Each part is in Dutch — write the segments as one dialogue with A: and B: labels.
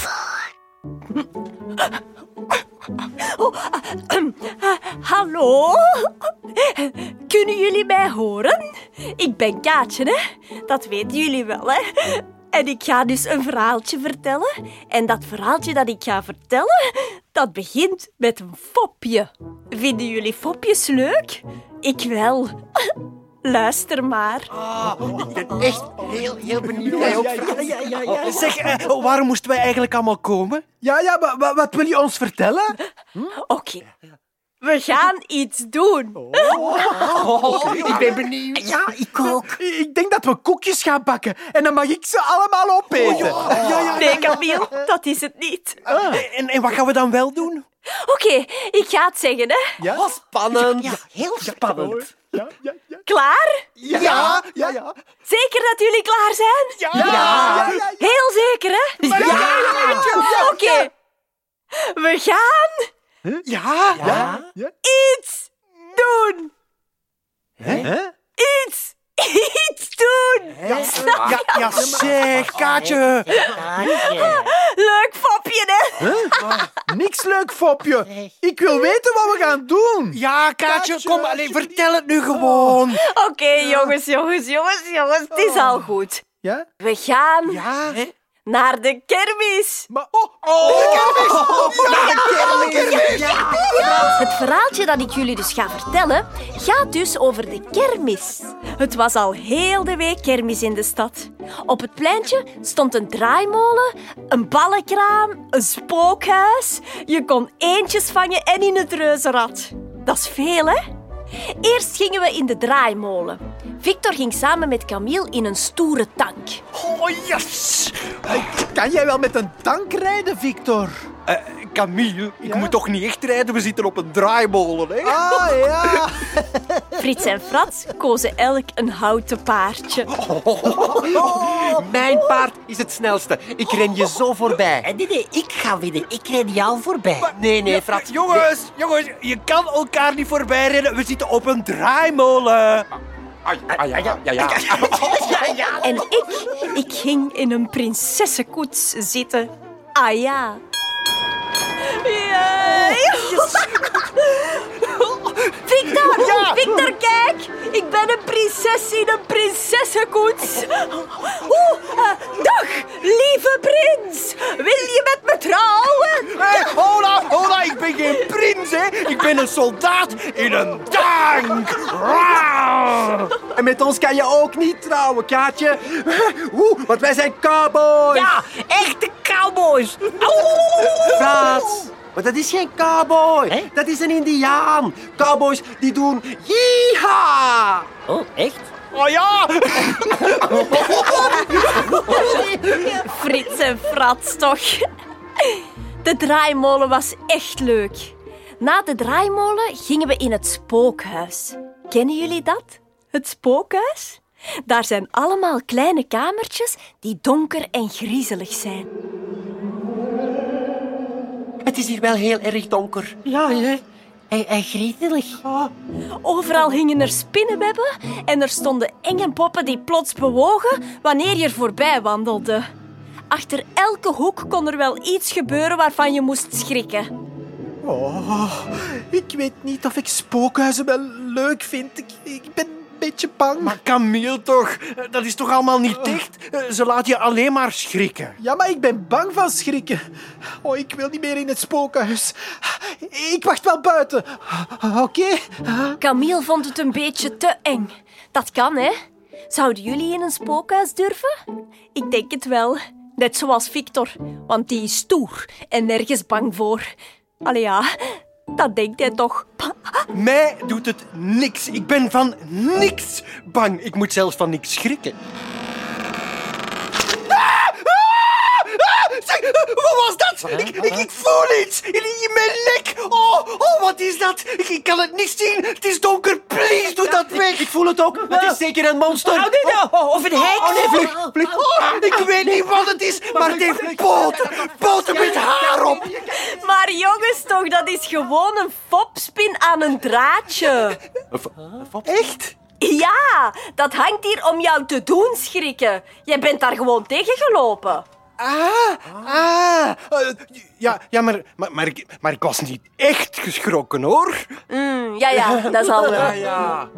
A: Hallo? Kunnen jullie mij horen? Ik ben Kaatje, hè? Dat weten jullie wel, hè? En ik ga dus een verhaaltje vertellen. En dat verhaaltje dat ik ga vertellen, dat begint met een fopje. Vinden jullie fopjes leuk? Ik wel. Luister maar.
B: Ik ben echt heel, heel benieuwd. Jij ook, Frans?
C: Ja, ja, ja.
D: Zeg, eh, waarom moesten wij eigenlijk allemaal komen?
C: Ja, ja, wa- wa- wat wil je ons vertellen?
A: Oké. We gaan iets doen.
B: Ik ben benieuwd.
E: Ja, ik ook.
C: Ik denk dat we koekjes gaan bakken en dan mag ik ze allemaal opeten.
D: Oh,
A: Nee, Camille, dat is het niet.
C: Ah.
D: En, en wat gaan we dan wel doen?
A: Oké, ik ga het zeggen, hè?
C: Ja?
B: Spannend.
E: Ja, heel spannend.
C: Ja, ja, ja.
A: Klaar?
C: Ja, ja, ja.
A: Zeker dat jullie klaar zijn?
C: Ja, ja, ja.
A: Heel zeker, hè?
E: Ja,
A: Oké. We gaan
D: Ja,
C: Ja, ja.
A: iets doen.
C: Hè?
A: Iets. Iets doen.
D: ja, ja, zeg, Kaatje.
A: Leuk fopje, hè?
C: Niks leuk, Fopje. Ik wil weten wat we gaan doen.
D: Ja, Kaatje,
C: Kaatje,
D: kom, alleen vertel het nu gewoon.
A: Oké, jongens, jongens, jongens, jongens. Het is al goed.
C: Ja?
A: We gaan
D: Ja,
A: naar de kermis.
C: Maar, oh, oh.
A: Het verhaaltje dat ik jullie dus ga vertellen, gaat dus over de kermis. Het was al heel de week kermis in de stad. Op het pleintje stond een draaimolen, een ballenkraam, een spookhuis. Je kon eendjes vangen en in het reuzenrad. Dat is veel, hè? Eerst gingen we in de draaimolen. Victor ging samen met Camille in een stoere tank.
D: Oh,
C: Kan jij wel met een tank rijden, Victor?
D: Eh, Camille, ik
C: Ja?
D: moet toch niet echt rijden? We zitten op een draaibolen, hè?
C: Ah, ja.
A: Frits en Frans kozen elk een houten paardje.
B: Mijn paard is het snelste. Ik ren je zo voorbij.
E: Eh, Nee, nee, ik ga winnen. Ik ren jou voorbij.
B: Nee, nee, Frans.
D: Eh, Jongens, jongens, je kan elkaar niet voorbij rennen. We zitten op een draaimolen.
B: Ah, ah, ja, ja, ja, ja.
A: En ik, ik ging in een prinsessenkoets zitten. Ah ja. Yay! Victor, Victor, kijk! Ik ben een prinses in een prinsessenkoets. Oeh, eh, dag, lieve prins. Wil je met me trouwen?
D: Hé, hola, hola, ik ben geen prins, hè. Ik ben een soldaat in een tank. Rauw.
C: En met ons kan je ook niet trouwen, Kaatje. Oeh, want wij zijn cowboys.
E: Ja, echte cowboys. Auw.
C: Frans. Maar dat is geen cowboy.
E: Hè?
C: Dat is een indiaan. Cowboys die doen yeeha.
E: Oh, echt?
D: Oh ja,
A: Frits en Frats, toch? De draaimolen was echt leuk. Na de draaimolen gingen we in het spookhuis. Kennen jullie dat? Het spookhuis? Daar zijn allemaal kleine kamertjes die donker en griezelig zijn.
B: Het is hier wel heel erg donker.
E: Ja, hè? En, en griezelig.
D: Ah.
A: Overal hingen er spinnenwebben en er stonden enge poppen die plots bewogen wanneer je er voorbij wandelde. Achter elke hoek kon er wel iets gebeuren waarvan je moest schrikken.
C: Oh, ik weet niet of ik spookhuizen wel leuk vind. Ik, ik ben een beetje bang.
D: Maar Camille toch, eh, dat is toch allemaal niet dicht? Eh, Ze laat je alleen maar schrikken.
C: Ja, maar ik ben bang van schrikken. Oh, ik wil niet meer in het spookhuis. Ik wacht wel buiten. Oké?
A: Camille vond het een beetje te eng. Dat kan, hè? Zouden jullie in een spookhuis durven? Ik denk het wel. Net zoals Victor, want die is stoer en nergens bang voor. Allee ja, dat denkt hij toch.
D: Mij doet het niks. Ik ben van niks bang. Ik moet zelfs van niks schrikken. Ah! Ah! Ah! Zeg, eh, wat was dat? Ik, ik, ik voel iets in, in mijn nek. Oh, oh, wat is dat? Ik, ik kan het niet zien. Het is donker. Please, doe dat weg. Ik voel het ook. Het is zeker een monster.
E: Oh, nee, nee, oh, of een hek.
D: Oh, nee, vlug, vlug. Oh, ik weet niet wat het is, maar het heeft poten. Poten met haar op.
A: Maar jongens toch, dat is gewoon een fopspin aan een draadje.
D: Echt?
A: Ja, dat hangt hier om jou te doen schrikken. Jij bent daar gewoon tegengelopen.
D: Ah, ah. Eh, ja, ja maar, maar, maar, ik- maar ik was niet echt geschrokken, hoor.
A: Mm, ja, ja, dat is al wel.
B: ja.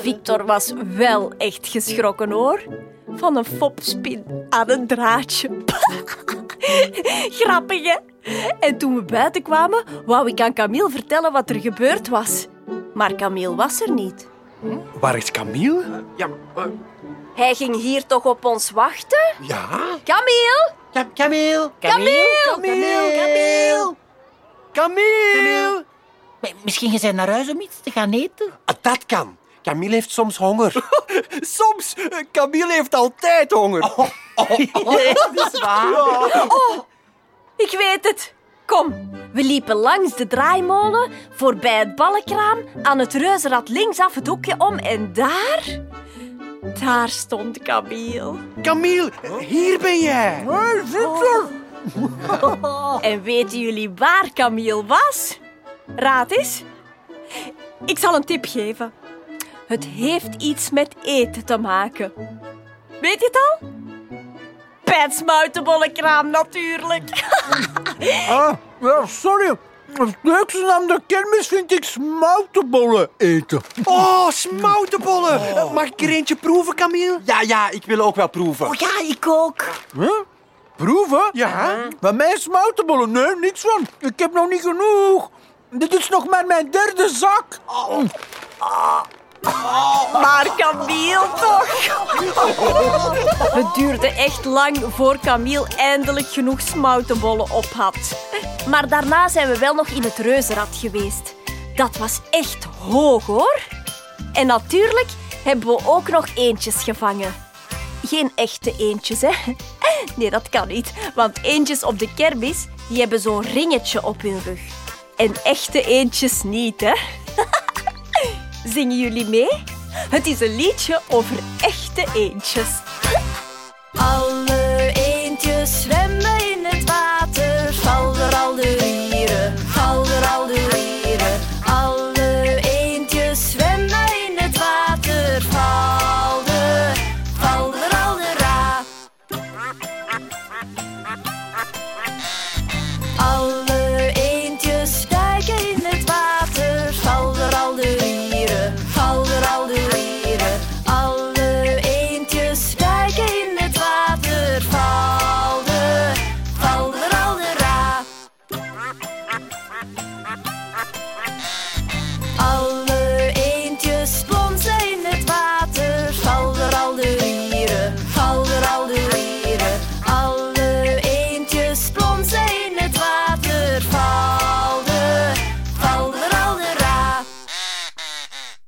A: Victor was wel echt geschrokken hoor. Van een fopspin aan een draadje. Grappig hè? En toen we buiten kwamen, wou ik aan Camille vertellen wat er gebeurd was. Maar Camille was er niet.
D: Waar is Camille?
B: Ja, maar, eh,
A: Hij ging hier toch op ons wachten?
D: Ja?
A: Camille!
D: Cam Camille!
A: Camille!
D: Camille! Camille! Camille!
E: Maar Misschien je zijn naar huis om iets te gaan eten?
D: Ah, Dat kan. Camille heeft soms honger. soms? eh, Camille heeft altijd honger.
A: Ik weet het. Kom. We liepen langs de draaimolen, voorbij het ballenkraam, aan het reuzenrad linksaf het hoekje om en daar... Daar stond Camille.
D: Camille, hier ben jij.
A: En weten jullie waar Camille was? Raad eens. Ik zal een tip geven. Het heeft iets met eten te maken. Weet je het al? Petsmuitenbollenkraam natuurlijk.
C: Ah, ja, sorry. Het leukste aan de kermis vind ik smoutenbollen eten.
D: Oh, smoutenbollen. Mag ik er eentje proeven, Camille? Oh. Ja, ja, ik wil ook wel proeven.
E: Oh ja, ik ook.
C: Huh? Proeven?
D: Ja?
C: Van mij smoutenbollen? Nee, niks van. Ik heb nog niet genoeg. Dit is nog maar mijn derde zak.
A: Maar Camille toch? Het duurde echt lang voor Camille eindelijk genoeg smoutenbollen op had. Maar daarna zijn we wel nog in het reuzenrad geweest. Dat was echt hoog hoor. En natuurlijk hebben we ook nog eentjes gevangen. Geen echte eentjes, hè? Nee, dat kan niet, want eentjes op de kermis die hebben zo'n ringetje op hun rug. En echte eentjes niet, hè? Zingen jullie mee? Het is een liedje over echte eentjes. Alle